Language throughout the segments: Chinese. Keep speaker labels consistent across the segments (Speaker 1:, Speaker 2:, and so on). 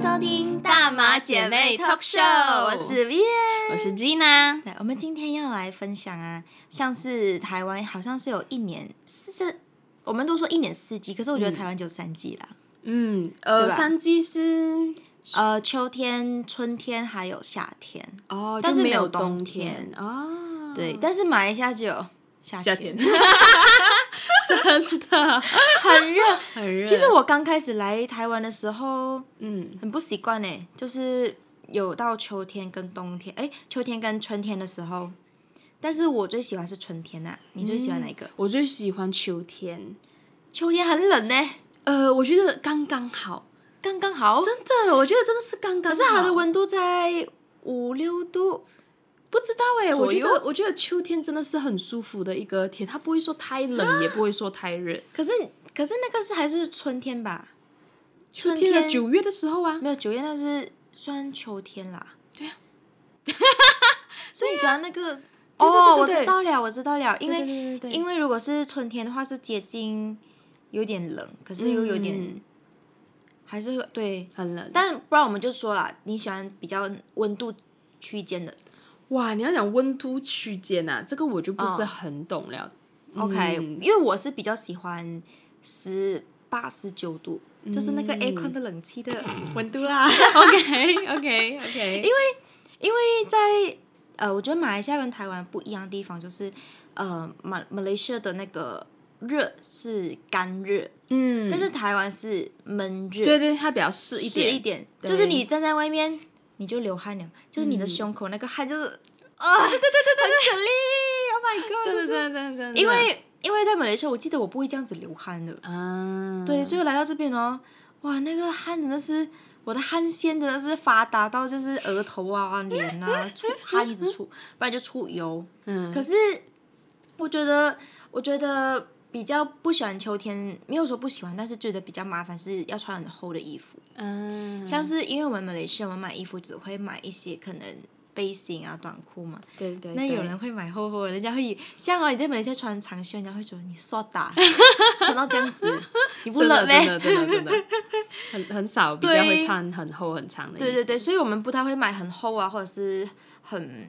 Speaker 1: 收听
Speaker 2: 大马姐妹 Talk Show
Speaker 1: 我是 V，
Speaker 2: 我是 Gina，
Speaker 1: 对，我们今天要来分享啊，像是台湾好像是有一年是这，我们都说一年四季，可是我觉得
Speaker 2: 嗯
Speaker 1: 台湾只有三季啦，
Speaker 2: 嗯，
Speaker 1: 对
Speaker 2: 呃，
Speaker 1: 吧
Speaker 2: 三季是
Speaker 1: 呃，秋天、春天还有夏天，
Speaker 2: 哦，
Speaker 1: 但
Speaker 2: 就是没
Speaker 1: 没有
Speaker 2: 有
Speaker 1: 冬
Speaker 2: 冬天哦，
Speaker 1: 对， 但是马来西亚只有夏
Speaker 2: 夏
Speaker 1: 天
Speaker 2: 天， 真的
Speaker 1: 很热。
Speaker 2: 很热。
Speaker 1: 其实我刚开始来台湾的时候
Speaker 2: 嗯
Speaker 1: 很不习惯呢，就是有到秋天跟冬天，哎，秋天跟春天的时候，但是我最喜欢是春天呐、你最喜欢哪一个？
Speaker 2: 我最喜欢秋天，
Speaker 1: 秋天很冷呢，
Speaker 2: 呃，我觉得刚刚好，
Speaker 1: 刚刚好，
Speaker 2: 真的，我觉得真的是刚刚
Speaker 1: 可
Speaker 2: 好。
Speaker 1: 是它的温度在五六度，
Speaker 2: 不知道哎，我
Speaker 1: 左
Speaker 2: 觉
Speaker 1: 右
Speaker 2: 得我觉得秋天真的是很舒服的一个天，它不会说太 冷，也不会说太热。
Speaker 1: 可是可是那个是还是春天吧？
Speaker 2: 秋
Speaker 1: 春
Speaker 2: 天的
Speaker 1: 天
Speaker 2: 九月的时候啊，
Speaker 1: 没有九月那是算秋天啦。
Speaker 2: 对啊。
Speaker 1: 所以你喜欢那个？
Speaker 2: 对
Speaker 1: 哦，我
Speaker 2: 对
Speaker 1: 知道了，我知道了，因
Speaker 2: 对
Speaker 1: 为
Speaker 2: 对对对
Speaker 1: 因为如果是春天的话，是接近有点冷，可是又有点、
Speaker 2: 嗯
Speaker 1: 还是会对。
Speaker 2: 很冷，
Speaker 1: 但不然我们就说啦，你喜欢比较温度区间的。
Speaker 2: 哇，你要讲温度区间啊，这个我就不是
Speaker 1: 哦
Speaker 2: 很懂了。
Speaker 1: OK，、
Speaker 2: 嗯
Speaker 1: 因为我是比较喜欢十八十九度，就是那个
Speaker 2: 嗯
Speaker 1: aircon 的冷气的温度 啦。
Speaker 2: OK OK OK，因为
Speaker 1: 因为在呃，我觉得马来西亚跟台湾不一样的地方就是，呃，马马来西亚的那个热是干热，
Speaker 2: 嗯，
Speaker 1: 但是台湾是闷热，
Speaker 2: 对对，它比较湿一
Speaker 1: 是
Speaker 2: 点，
Speaker 1: 一点，
Speaker 2: 对
Speaker 1: 就是你站在外面你就流汗了，就是你的
Speaker 2: 嗯
Speaker 1: 胸口那个汗就是，啊，对对对对对，很可怜，Oh my God，
Speaker 2: 真的
Speaker 1: 就是
Speaker 2: 真的真的真的，
Speaker 1: 因为因为在马来西亚，我记得我不会这样子流汗的，
Speaker 2: 啊，
Speaker 1: 对，所以我来到这边哦，哇，那个汗真的是，我的汗腺真的是发达到就是额头啊、 脸啊出汗一直出，不然就出油。
Speaker 2: 嗯，
Speaker 1: 可
Speaker 2: 是
Speaker 1: 是我觉得，我觉得比较不喜欢秋天，没有说不喜欢，但是觉得比较麻烦是要穿很厚的衣服，
Speaker 2: 嗯，
Speaker 1: 像是因为我们马来西亚，我们买衣服只会买一些可能背心啊、短裤嘛，
Speaker 2: 对对，
Speaker 1: 那
Speaker 2: 对
Speaker 1: 有人会买厚厚的，人家会以像哦，你在马来西亚穿长袖，人家会觉得你刷打， 穿到这样子，你不
Speaker 2: 真的
Speaker 1: 冷咩？
Speaker 2: 真的真 的真的很很少比较会
Speaker 1: 对
Speaker 2: 穿很厚很长的衣服，
Speaker 1: 对对对，所以我们不太会买很厚啊，或者是很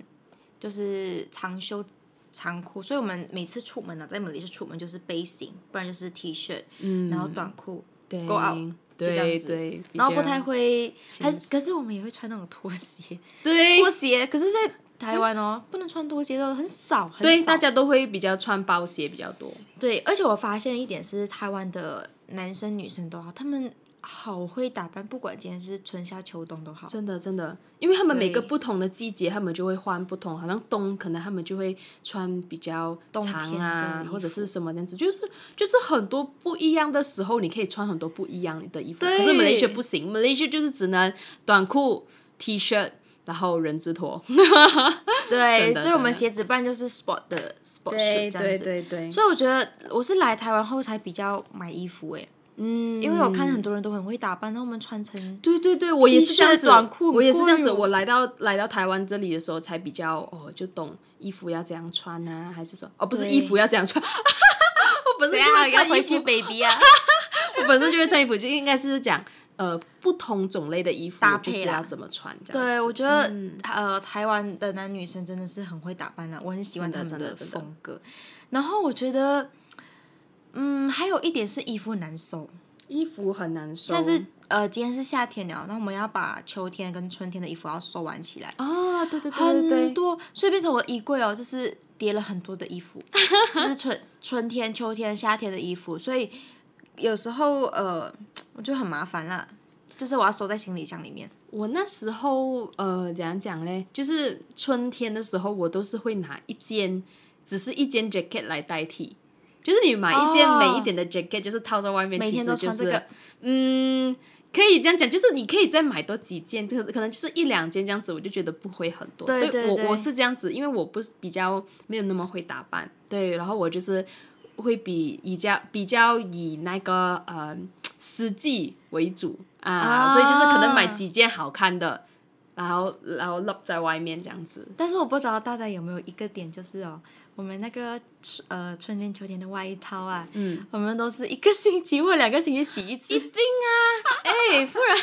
Speaker 1: 就是长袖长裤，所以我们每次出门呢、啊在马来西亚出门就是背心，不然就是 T 恤，
Speaker 2: 嗯，
Speaker 1: 然后短裤，
Speaker 2: 对
Speaker 1: go out，就这样
Speaker 2: 对
Speaker 1: 子
Speaker 2: 对，比
Speaker 1: 然后不
Speaker 2: 较
Speaker 1: 太会，
Speaker 2: 轻
Speaker 1: 还是可是我们也会穿那种拖鞋，
Speaker 2: 对
Speaker 1: 拖鞋，可是在台湾哦，不能穿拖鞋的很少，很少。
Speaker 2: 嗯对，大家都会比较穿包鞋比较多，
Speaker 1: 对，而且我发现一点是，台湾的男生女生都好，他们好会打扮，不管今天是春夏秋冬都好。
Speaker 2: 真的真的，因为他们每个
Speaker 1: 对
Speaker 2: 不同的季节，他们就会换不同，好像冬可能他们就会穿比较
Speaker 1: 冬
Speaker 2: 长
Speaker 1: 天
Speaker 2: 啊
Speaker 1: 的，衣
Speaker 2: 或者
Speaker 1: 服
Speaker 2: 是什么这样子，就是就是很多不一样的时候，你可以穿很多不一样的衣服。可是
Speaker 1: 对
Speaker 2: Malaysia 不行，Malaysia 就是只能短裤、T 恤，然后人字拖。 真
Speaker 1: 对，
Speaker 2: 的
Speaker 1: 所以我
Speaker 2: 真
Speaker 1: 们
Speaker 2: 的
Speaker 1: 鞋子不然就是 sport 的 sport shoe 这样子。
Speaker 2: 对，
Speaker 1: 所以我觉得我是来台湾后才比较买衣服诶、
Speaker 2: 嗯，
Speaker 1: 因为我看很。多人都很会打扮，然后我们穿成
Speaker 2: 对对对，我也是这样子，
Speaker 1: 短裤
Speaker 2: 我也是这样
Speaker 1: 很
Speaker 2: 子。
Speaker 1: 贵哦
Speaker 2: 我来到来到台湾这里的时候，才比较哦，就懂衣服要怎样穿啊，还是说哦，不是
Speaker 1: 对
Speaker 2: 衣服要怎样穿， 我本身就会穿衣服，
Speaker 1: baby 啊？
Speaker 2: 我本身就会穿衣服，就应该是讲呃不同种类的衣服
Speaker 1: 搭
Speaker 2: 就
Speaker 1: 配
Speaker 2: 是
Speaker 1: 啦
Speaker 2: 要怎么穿这样子。
Speaker 1: 对，我觉得、
Speaker 2: 嗯
Speaker 1: 呃，台湾的男女生真的是很会打扮啊啦，我很喜欢他
Speaker 2: 真
Speaker 1: 们
Speaker 2: 的真的真的
Speaker 1: 风格。然后我觉得，嗯，还有一点是衣服难收，
Speaker 2: 衣服很难收，
Speaker 1: 但是呃，今天是夏天了，那我们要把秋天跟春天的衣服要收完起来，
Speaker 2: 啊，对对对对
Speaker 1: 很
Speaker 2: 对，
Speaker 1: 多，所以变成我的衣柜哦，就是叠了很多的衣 服，就是春春天、秋天、夏天的衣服，所以有时候呃，我觉得很麻烦啦，就是我要收在行李箱里面。
Speaker 2: 我那时候呃怎样讲嘞，就是春天的时候，我都是会拿一件，只是一件 jacket 来代替。就是你买一件
Speaker 1: 哦
Speaker 2: 美一点的 jacket，、就是套在外面，
Speaker 1: 每
Speaker 2: 其
Speaker 1: 天
Speaker 2: 实
Speaker 1: 都
Speaker 2: 就
Speaker 1: 穿
Speaker 2: 是、
Speaker 1: 这个
Speaker 2: 嗯，可以这样讲，就是你可以再买多几件，可可能就是一两件这样子，我就觉得不会很多。
Speaker 1: 对对对
Speaker 2: 我我是这样子，因为我不是比较没有那么会打扮，对，然后我就是会比以较比较以那个呃实际为主啊
Speaker 1: 啊
Speaker 2: 所以就是可能买几件好看的，然后然后 lock 在外面这样子。
Speaker 1: 但是我不知道大家有没有一个点，就是哦，我们那个呃春天、秋天的外套啊，
Speaker 2: 嗯，
Speaker 1: 我们都是一个星期或两个星期洗一次
Speaker 2: 一，定啊，哎，不然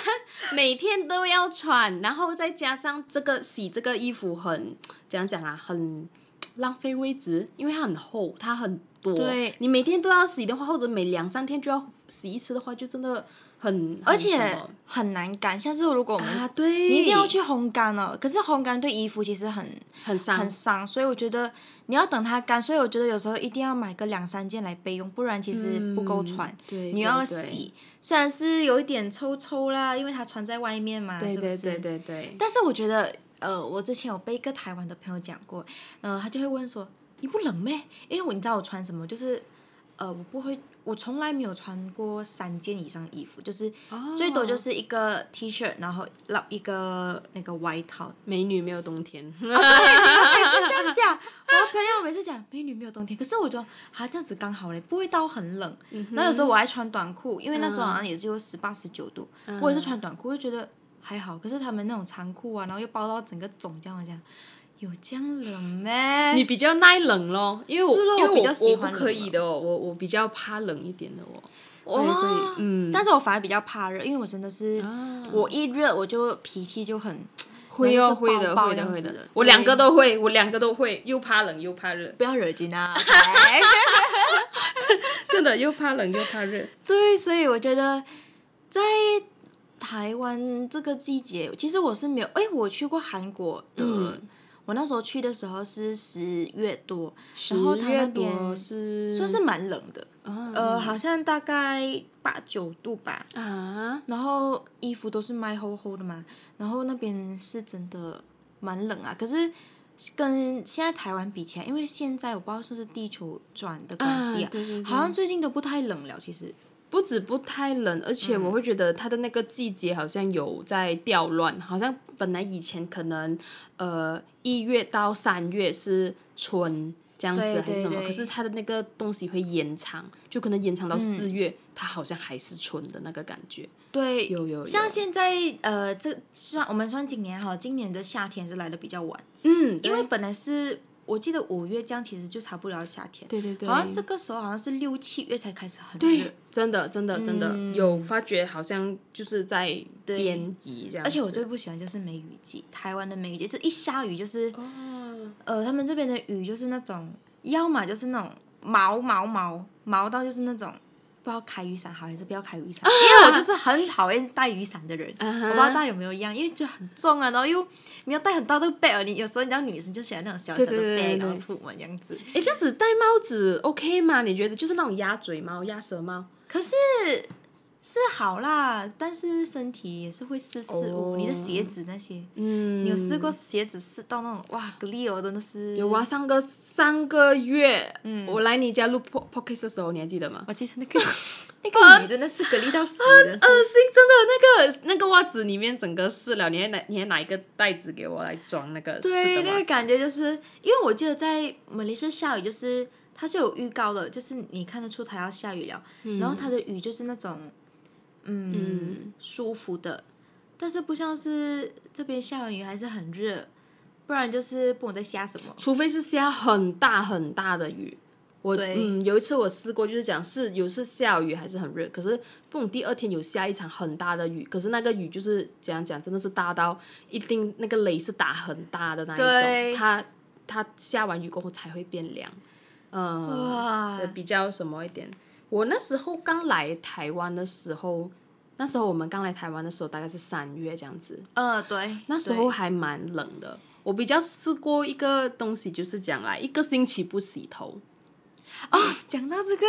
Speaker 2: 每天都要穿，然后再加上这个洗这个衣服很怎样讲啊，很浪费位置，因为它很厚，它很多。
Speaker 1: 对
Speaker 2: 你每天都要洗的话，或者每两三天就要洗一次的话，就真的很，
Speaker 1: 而
Speaker 2: 很什
Speaker 1: 且
Speaker 2: 么
Speaker 1: 很难干。下次如果我们、
Speaker 2: 啊，对，
Speaker 1: 你一定要去烘干哦，可是烘干对衣服其实很
Speaker 2: 很伤
Speaker 1: 很，伤，所以我觉得你要等它干。所以我觉得有时候一定要买个两三件来备用，不然其实不够
Speaker 2: 嗯
Speaker 1: 穿。，
Speaker 2: 对，
Speaker 1: 你
Speaker 2: 对
Speaker 1: 要，
Speaker 2: 对
Speaker 1: 洗，虽然是有一点臭臭啦，因为它穿在外面嘛，
Speaker 2: 对
Speaker 1: 是不
Speaker 2: 对
Speaker 1: 是？
Speaker 2: 对对对，
Speaker 1: 但是我觉得，呃，我之前有被一个台湾的朋友讲过，呃，他就会问说：“你不冷咩？”因为我你知道我穿什么，就是，呃，我不会，我从来没有穿过三件以上的衣服，就是、最多就
Speaker 2: 哦
Speaker 1: 是一个 T 恤，然后绕一个那个外套。
Speaker 2: 美女没有冬天，
Speaker 1: 就这样讲，我的朋友每次讲美女没有冬天，可是我觉得啊这样子刚好嘞，不会到很冷。
Speaker 2: 嗯
Speaker 1: 然后有时候我还穿短裤，因为那时候好像也就十八十九度，
Speaker 2: 嗯
Speaker 1: 我也是穿短裤，就觉得还好。可是他们那种长裤啊，然后又包到整个肿这样，我讲有这样冷咩？
Speaker 2: 你比较耐冷咯，因为我
Speaker 1: 哎是咯
Speaker 2: 因为
Speaker 1: 我比较
Speaker 2: 我
Speaker 1: 喜
Speaker 2: 不
Speaker 1: 欢
Speaker 2: 可
Speaker 1: 冷
Speaker 2: 以
Speaker 1: 嘛
Speaker 2: 的哦，我我比较怕冷一点的哦。
Speaker 1: 哇
Speaker 2: 对对，嗯，
Speaker 1: 但
Speaker 2: 是
Speaker 1: 是我反而比较怕热，因为我真的是，
Speaker 2: 啊
Speaker 1: 我一热我就脾气就很
Speaker 2: 会
Speaker 1: 然后
Speaker 2: 哦，
Speaker 1: 就
Speaker 2: 会
Speaker 1: 是
Speaker 2: 的，
Speaker 1: 爆爆
Speaker 2: 会
Speaker 1: 这
Speaker 2: 的，
Speaker 1: 样
Speaker 2: 会
Speaker 1: 子
Speaker 2: 的
Speaker 1: 的，
Speaker 2: 我两个
Speaker 1: 对，
Speaker 2: 都会，我两个都会，又怕冷又怕热
Speaker 1: 不要惹金啊。
Speaker 2: 真的又怕冷又怕热。
Speaker 1: 对，所以我觉得在台湾这个季节，其实我是没有，哎，我去过韩国的，
Speaker 2: 嗯
Speaker 1: 我那时候去的时候是十月多，
Speaker 2: 十
Speaker 1: 然后它
Speaker 2: 月
Speaker 1: 那
Speaker 2: 多
Speaker 1: 边
Speaker 2: 是
Speaker 1: 算是蛮冷的，
Speaker 2: 啊
Speaker 1: 呃，好像大概八九度吧。
Speaker 2: 啊，
Speaker 1: 然后衣服都是卖厚厚的嘛，然后那边是真的蛮冷啊，可是。跟现在台湾比起来，因为现在我不知道是不是地球转的关系
Speaker 2: 啊对对对
Speaker 1: 好像最近都不太冷了。其实，
Speaker 2: 不止不太冷，而且我
Speaker 1: 嗯
Speaker 2: 会觉得它的那个季节好像有在调乱，好像本来以前可能呃一月到三月是春这样子
Speaker 1: 对
Speaker 2: 还是什么，
Speaker 1: 对
Speaker 2: 可
Speaker 1: 对
Speaker 2: 是它的那个东西会延长，就可能延长到
Speaker 1: 嗯
Speaker 2: 四月，它好像还是春的那个感觉。
Speaker 1: 对，
Speaker 2: 有有有，
Speaker 1: 像现在呃，这算我们算今年哈，今年的夏天是来的比较晚，
Speaker 2: 嗯，
Speaker 1: 因为本来是我记得五月这样，其实就差不了夏天，
Speaker 2: 对对对，
Speaker 1: 好像这个时候好像是六七月才开始很热
Speaker 2: 对。真的真的真的、
Speaker 1: 嗯
Speaker 2: 有发觉，好像就是在
Speaker 1: 对
Speaker 2: 边移这样子，
Speaker 1: 而且我最不喜欢就是哦梅雨季，台湾的梅雨季是一下雨就是，
Speaker 2: 哦
Speaker 1: 呃，他们这边的雨就是那种，要么就是那种毛毛毛毛到就是那种，不知道开雨伞好还是不要开雨 伞，因为我就是很讨厌带雨伞的人。
Speaker 2: 啊哈
Speaker 1: 我不知道大家有没有一样，因为就很重啊，然后又你要带很大的 bag，哦你有时候你知道女生就喜欢那种小小的
Speaker 2: 对对对对
Speaker 1: bag，然后
Speaker 2: 对
Speaker 1: 出门这样子。
Speaker 2: 哎，这样子戴帽子 OK 吗？你觉得就是那种鸭嘴帽、鸭舌帽？
Speaker 1: 可是是好啦，但是身体也是会湿湿哦。
Speaker 2: 哦
Speaker 1: 你的鞋子那些，
Speaker 2: 嗯，
Speaker 1: 你有试过？鞋子湿到那种哇，glee 哦，真的是
Speaker 2: 有啊，，上个上个月，
Speaker 1: 嗯
Speaker 2: 我来你家录 po podcast 的时候，你还记得吗？
Speaker 1: 我记得那 个那个女真的是 glee 到死的
Speaker 2: 恶
Speaker 1: 是。
Speaker 2: 心，真的那个那个袜子里面整个湿了，你还拿你还拿一个袋子给我来装那个湿
Speaker 1: 对，
Speaker 2: 的
Speaker 1: 那
Speaker 2: 袜
Speaker 1: 个
Speaker 2: 子
Speaker 1: 感觉就是，因为我记得在马来西亚下雨，就是它是有预告的，就是你看得出它要下雨了，
Speaker 2: 嗯
Speaker 1: 然后它的雨就是那种，嗯，
Speaker 2: 嗯
Speaker 1: 舒服的，但是不像是这边下完雨还是很热，不然就是不懂在下什么。
Speaker 2: 除非是下很大很大的雨。我
Speaker 1: 对
Speaker 2: 嗯，有一次我试过，就是讲是有是下雨还是很热，可是不懂第二天有下一场很大的雨，可是那个雨就是怎样讲，真的是大到一定那个雷是打很大的那一
Speaker 1: 对
Speaker 2: 种，它它下完雨过后才会变凉，嗯、
Speaker 1: 哇
Speaker 2: 呃，，比较什么一点。我那时候刚来台湾的时候，那时候我们刚来台湾的时候大概是三月这样子，
Speaker 1: 嗯，对，
Speaker 2: 那时
Speaker 1: 对
Speaker 2: 候还蛮冷的。我比较试过一个东西，就是讲来一个星期不洗头，
Speaker 1: 哦，讲到 这个，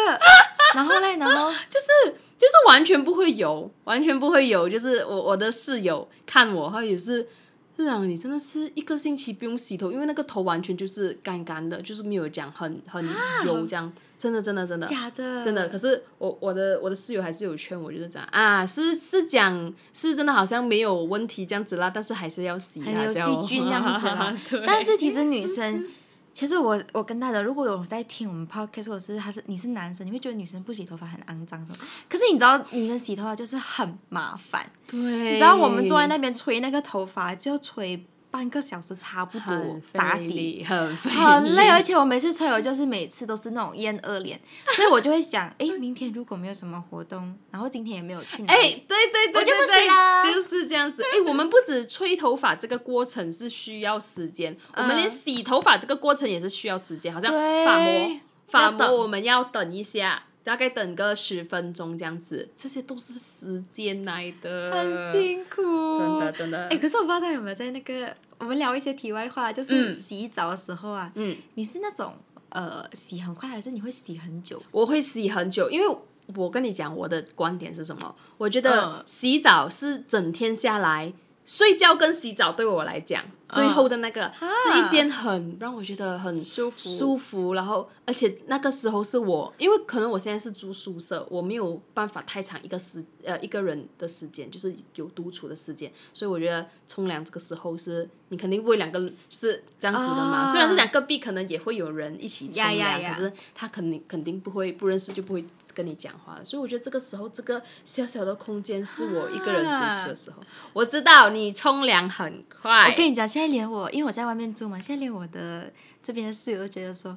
Speaker 1: 然后嘞，然后
Speaker 2: 就是就是完全不会油，完全不会油。就是我我的室友看我，他也是，是长你真的是一个星期不用洗头，因为那个头完全就是干干的，就是没有讲很很油这样，真的真的真 的。
Speaker 1: 啊假的，
Speaker 2: 真的，可是我我的我的室友还是有劝我，就是讲啊，是是讲是真的好像没有问题这样子啦，但是还是要洗
Speaker 1: 还能
Speaker 2: 啦，
Speaker 1: 有
Speaker 2: 啊这样
Speaker 1: 细菌这样子啦。
Speaker 2: 对
Speaker 1: 但是其实女 生，其实我我跟大家，如果有在听我们 podcast，或者是他是你是男生，你会觉得女生不洗头发很肮脏什么？可是你知道女生洗头发就是很麻烦，
Speaker 2: 对，
Speaker 1: 嗯你知道我们坐在那边吹那个头发就吹。半个小时差不多
Speaker 2: 很费
Speaker 1: 打底。
Speaker 2: 力，很费
Speaker 1: 很 累，
Speaker 2: 力
Speaker 1: 而且我每次吹油就是每次都是那种厌恶脸，所以我就会想，哎，明天如果没有什么活动，然后今天也没有去哪
Speaker 2: 哎、
Speaker 1: 里，
Speaker 2: 对对对
Speaker 1: 我就不
Speaker 2: 对
Speaker 1: 行
Speaker 2: 对
Speaker 1: 啦
Speaker 2: 就是这样子。哎、我们不止吹头发这个过程是需要时间，我们连
Speaker 1: 嗯
Speaker 2: 洗头发这个过程也是需要时间，好像
Speaker 1: 对
Speaker 2: 发膜，发
Speaker 1: 要
Speaker 2: 膜
Speaker 1: 等
Speaker 2: 我们要等一下。大概等个十分钟这样子，这些都是时间来的，
Speaker 1: 很辛苦，
Speaker 2: 真的。真的。
Speaker 1: 哎，可是我不知道大家有没有在那个，我们聊一些题外话，就
Speaker 2: 嗯
Speaker 1: 是洗澡的时候啊，
Speaker 2: 嗯，
Speaker 1: 你是那种呃洗很快，还是你会洗很久？
Speaker 2: 我会洗很久，因为我跟你讲我的观点是什么？我觉得
Speaker 1: 嗯
Speaker 2: 洗澡是整天下来。睡觉跟洗澡对我来
Speaker 1: 嗯
Speaker 2: 讲，最后的那个是一件很让我觉得很
Speaker 1: 啊舒服
Speaker 2: 舒服。然后，而且那个时候是我，因为可能我现在是住宿舍，我没有办法太长一个时呃一个人的时间，就是有独处的时间。所以我觉得冲凉这个时候是你肯定为两个是这样子的嘛。
Speaker 1: 啊
Speaker 2: 虽然是两个壁可能也会有人一起冲
Speaker 1: 呀
Speaker 2: 凉
Speaker 1: 呀呀
Speaker 2: 可是他肯定肯定不会不认识就不会跟你讲话，所以我觉得这个时候这个小小的空间是我一个人读书的时候。我知道你冲凉很快，
Speaker 1: 我跟你讲，现在连我，因为我在外面住嘛，现在连我的这边的室友都觉得说，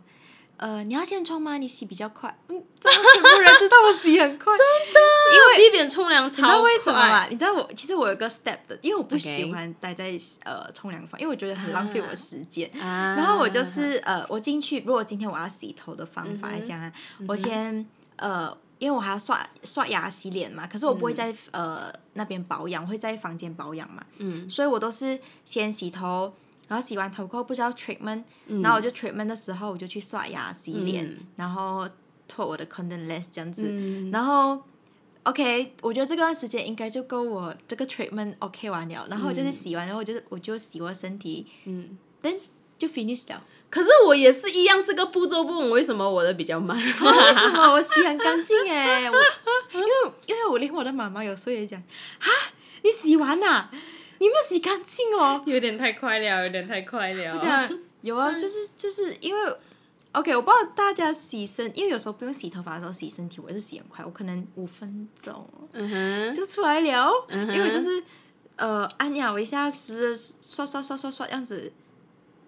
Speaker 1: 呃，你要先冲吗？你洗比较快。嗯，怎么全部人知道我洗很快？
Speaker 2: 因为 B B 冲凉
Speaker 1: 你知道
Speaker 2: 超
Speaker 1: 为什么
Speaker 2: 快
Speaker 1: 吗？你知道我其实我有一个 step 的，因为我不
Speaker 2: OK
Speaker 1: 喜欢待在呃冲凉房，因为我觉得很浪费我
Speaker 2: 啊
Speaker 1: 的时间。
Speaker 2: 啊
Speaker 1: 然后我就是呃，我进去，如果今天我要洗头的方法来
Speaker 2: 嗯哼
Speaker 1: 讲啊，
Speaker 2: 嗯哼
Speaker 1: 我先呃，因为我还要刷刷牙、洗脸嘛，可是我不会
Speaker 2: 嗯
Speaker 1: 在、呃那边保养，我会在房间保养嘛。
Speaker 2: 嗯，
Speaker 1: 所以我都是先洗头，然后洗完头过后不知道 treatment，、
Speaker 2: 嗯
Speaker 1: 然后我就 treatment 的时候我就去刷牙、洗脸，
Speaker 2: 嗯
Speaker 1: 然后脱我的 condom lens 这样子，
Speaker 2: 嗯，
Speaker 1: 然后 OK，我觉得这段时间应该就够我这个 treatment OK 完了，然后我就是
Speaker 2: 嗯
Speaker 1: 洗完，然后我就是我就洗我身体，
Speaker 2: 嗯。
Speaker 1: 但就 finish 了。
Speaker 2: 可是我也是一样，这个步骤不懂为什么我的比较 慢。
Speaker 1: 哦为什么我洗很干净哎？我因为因为我连我的妈妈有时候也讲，啊，你洗完啦、你没有洗干净哦。
Speaker 2: 有点太快了，有点太快 了。
Speaker 1: 这样有啊，
Speaker 2: 嗯
Speaker 1: 就是就是因为，OK，我不知道大家洗身，因为有时候不用洗头发的时候洗身体，我也是洗很快，我可能五分钟
Speaker 2: 嗯哼，
Speaker 1: 就出来了，
Speaker 2: 嗯哼
Speaker 1: 因为就是呃按压我一下，湿刷刷刷刷刷这样子，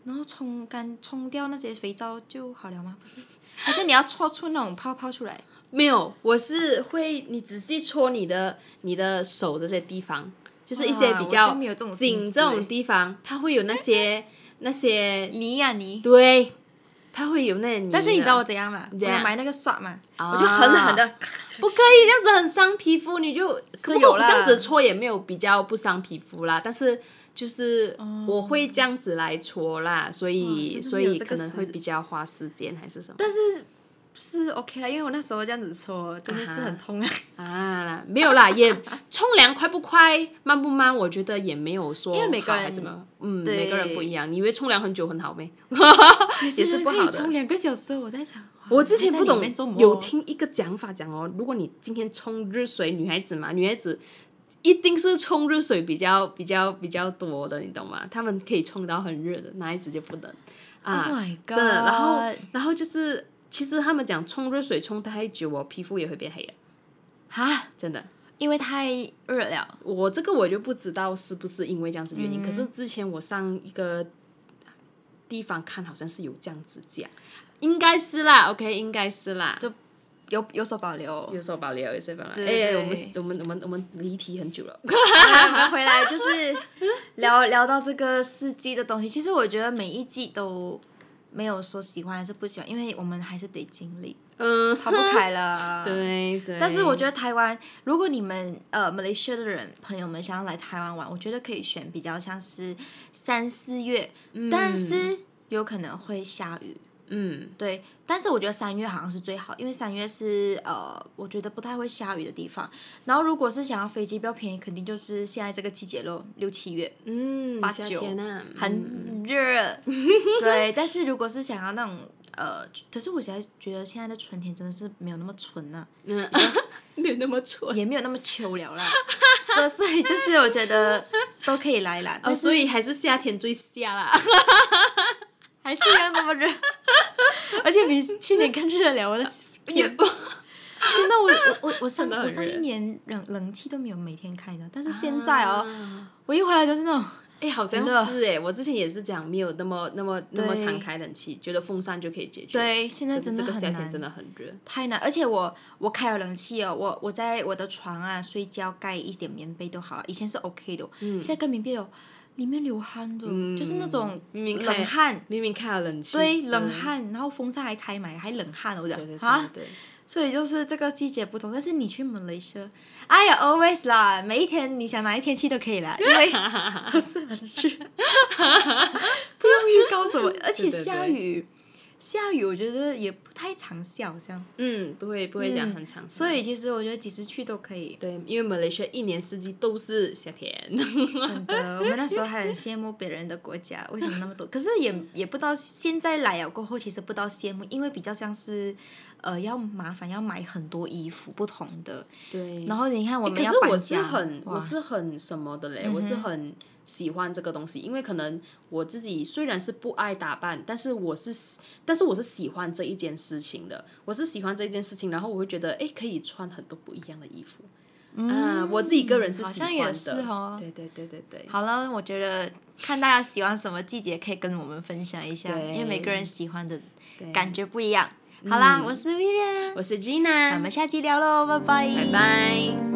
Speaker 1: 然后冲干冲掉那些肥皂就好了吗？ 不是，还是你要搓出那种泡泡出来？
Speaker 2: 没有，我是会你仔细搓你的你的手的这些地方，就是一些
Speaker 1: 哇
Speaker 2: 比
Speaker 1: 啊我
Speaker 2: 较
Speaker 1: 真没有这种心
Speaker 2: 紧
Speaker 1: 思
Speaker 2: 这种
Speaker 1: 欸
Speaker 2: 地方，它会有 那些那些
Speaker 1: 泥呀、泥。
Speaker 2: 对，它会有那些泥
Speaker 1: 但是你知道我
Speaker 2: 的
Speaker 1: 怎样吗？
Speaker 2: 你
Speaker 1: 我
Speaker 2: 怎样
Speaker 1: 有买那个刷嘛，
Speaker 2: 啊
Speaker 1: 我就狠狠的，
Speaker 2: 不可以这样子很伤皮肤，你就是
Speaker 1: 是有啦
Speaker 2: 这样子搓也没有比较不伤皮肤啦，但是就是
Speaker 1: 哦
Speaker 2: 我会这样子来搓啦，所
Speaker 1: 哇真的
Speaker 2: 以
Speaker 1: 没有
Speaker 2: 所以
Speaker 1: 这个
Speaker 2: 可能会
Speaker 1: 时
Speaker 2: 比较花时间还是什么。
Speaker 1: 但是是 OK 啦，因为我那时候这样子搓，真的是很痛啊。
Speaker 2: 啊，没有啦，也冲凉快不快、慢不慢，我觉得也没有说
Speaker 1: 因为每个
Speaker 2: 好
Speaker 1: 人
Speaker 2: 还是什么，嗯，
Speaker 1: 对
Speaker 2: 每个人不一样。你以为冲凉很久 很好没？也
Speaker 1: 也
Speaker 2: 是
Speaker 1: 是
Speaker 2: 不
Speaker 1: 不
Speaker 2: 好
Speaker 1: 好
Speaker 2: 的
Speaker 1: 冲。两个小时，我在想，
Speaker 2: 我之前不懂
Speaker 1: 还在里面做么，
Speaker 2: 有听一个讲法讲哦，如果你今天冲热水，女孩子嘛，女孩子一定是冲热水比较比较比较多的，你懂吗？她们可以冲到很热的，男孩子就不能
Speaker 1: Oh
Speaker 2: 啊。
Speaker 1: my God，
Speaker 2: 真的，然后然后就是，其实他们讲冲热水冲太久哦，皮肤也会变黑的，
Speaker 1: 哈，
Speaker 2: 真的。
Speaker 1: 因为太热了，
Speaker 2: 我这个我就不知道是不是因为这样子原因，
Speaker 1: 嗯
Speaker 2: 可是之前我上一个地方看好像是有这样子讲，应该是啦，OK，应该是啦。
Speaker 1: 就有有所保留。
Speaker 2: 有所保留，有所保留。
Speaker 1: 对
Speaker 2: 哎、
Speaker 1: 对
Speaker 2: 我们我们我们我们离题很久了。
Speaker 1: 我们回来就是聊聊到这个四季的东西，其实我觉得每一季都没有说喜欢还是不喜欢，因为我们还是得经历，
Speaker 2: 嗯，
Speaker 1: 逃不开 了。。
Speaker 2: 对对。
Speaker 1: 但是我觉
Speaker 2: 得
Speaker 1: 得台湾，如果你们呃马来西亚的人朋友们想要来台湾玩，我觉得可以选比较像是三四月，但是有可能会下雨。
Speaker 2: 嗯，
Speaker 1: 对，但是我觉得三月好像是最好，因为三月是呃，我觉得不太会下雨的地方。然后如果是想要飞机比较便宜，肯定就是现在这个季节咯，六七月
Speaker 2: 嗯
Speaker 1: 八
Speaker 2: 嗯，夏
Speaker 1: 九
Speaker 2: 天啊，嗯
Speaker 1: 很 热。对，但是如果是想要那种呃，可是我现在觉得现在的春天真的是没有那么啊纯了、
Speaker 2: 嗯， 没有那么蠢
Speaker 1: 也没有那么秋了 啦。对所以就是我觉得都可以来啦，
Speaker 2: 哦，
Speaker 1: 但
Speaker 2: 所
Speaker 1: 是
Speaker 2: 以还是夏天最夏啦。
Speaker 1: 还是一样那么 热，而且比去年更热了，我的
Speaker 2: 也
Speaker 1: 天真的，我我我我上
Speaker 2: 的很
Speaker 1: 我上一
Speaker 2: 热啊
Speaker 1: 年冷冷气都没有每天开的，但是现在哦，我一回来就是那种
Speaker 2: 哎，好像
Speaker 1: 真的
Speaker 2: 是哎，我之前也是讲没有那么那么那么
Speaker 1: 对
Speaker 2: 常开冷气，觉得风扇就可以解决。，
Speaker 1: 对，现在真的
Speaker 2: 这个
Speaker 1: 很
Speaker 2: 夏
Speaker 1: 难，
Speaker 2: 天真的很热。
Speaker 1: 太难。而且我我开了冷气哦，我我在我的床啊睡觉盖一点棉被都好了，以前是 OK 的哦，
Speaker 2: 嗯
Speaker 1: 现在盖棉被哦，里面流汗的，就是那
Speaker 2: 嗯
Speaker 1: 种
Speaker 2: 明明
Speaker 1: 冷
Speaker 2: 开
Speaker 1: 汗。
Speaker 2: 明明开了冷气，
Speaker 1: 对，
Speaker 2: 是
Speaker 1: 冷。汗，然后风扇还开满，还冷汗，我讲
Speaker 2: 对对对
Speaker 1: 啊，
Speaker 2: 对，
Speaker 1: 所以就是这个季节不同。但是你去马来西亚，哎呀，always 啦，每一天你想哪一天去都可以啦，因 为都是很热，不用预告 什么，而且
Speaker 2: 对对
Speaker 1: 下
Speaker 2: 对
Speaker 1: 雨，下雨我觉得也不太常下，好像。
Speaker 2: 嗯，不会不会讲
Speaker 1: 嗯
Speaker 2: 很长时间，，
Speaker 1: 所以其实我觉得几时去都可以
Speaker 2: 对，因为马来西亚一年四季都是夏天。
Speaker 1: 真的。我们那时候还很羡慕别人的国家，为什么那 么多？可是也也不到现在来了过后，其实不到羡慕，因为比较像是，呃，要麻烦要买很多衣服不同的，
Speaker 2: 对，
Speaker 1: 然后你看我
Speaker 2: 欸
Speaker 1: 们
Speaker 2: 可
Speaker 1: 要
Speaker 2: 是我
Speaker 1: 搬
Speaker 2: 是
Speaker 1: 家
Speaker 2: 很
Speaker 1: 哇
Speaker 2: 我是很什么的嘞，
Speaker 1: 嗯哼
Speaker 2: 我是很喜欢这个东西，因为可能我自己虽然是不爱打扮，但是我是但是我是喜欢这一件事情的，我是喜欢这一件事情，然后我会觉得哎、欸可以穿很多不一样的衣服、啊，我自己个人是
Speaker 1: 嗯好
Speaker 2: 喜
Speaker 1: 像
Speaker 2: 欢
Speaker 1: 也
Speaker 2: 的，
Speaker 1: 是哦。
Speaker 2: 对对对对对，
Speaker 1: 好了，我觉得看大家喜欢什么季节，可以跟我们分享一下，因为每个人
Speaker 2: 对
Speaker 1: 喜欢的
Speaker 2: 对
Speaker 1: 感，觉不一样。好啦，
Speaker 2: 嗯
Speaker 1: 我是 Vivian，
Speaker 2: 我是
Speaker 1: 那我
Speaker 2: Gina，
Speaker 1: 们下期聊喽，拜拜，
Speaker 2: 拜拜。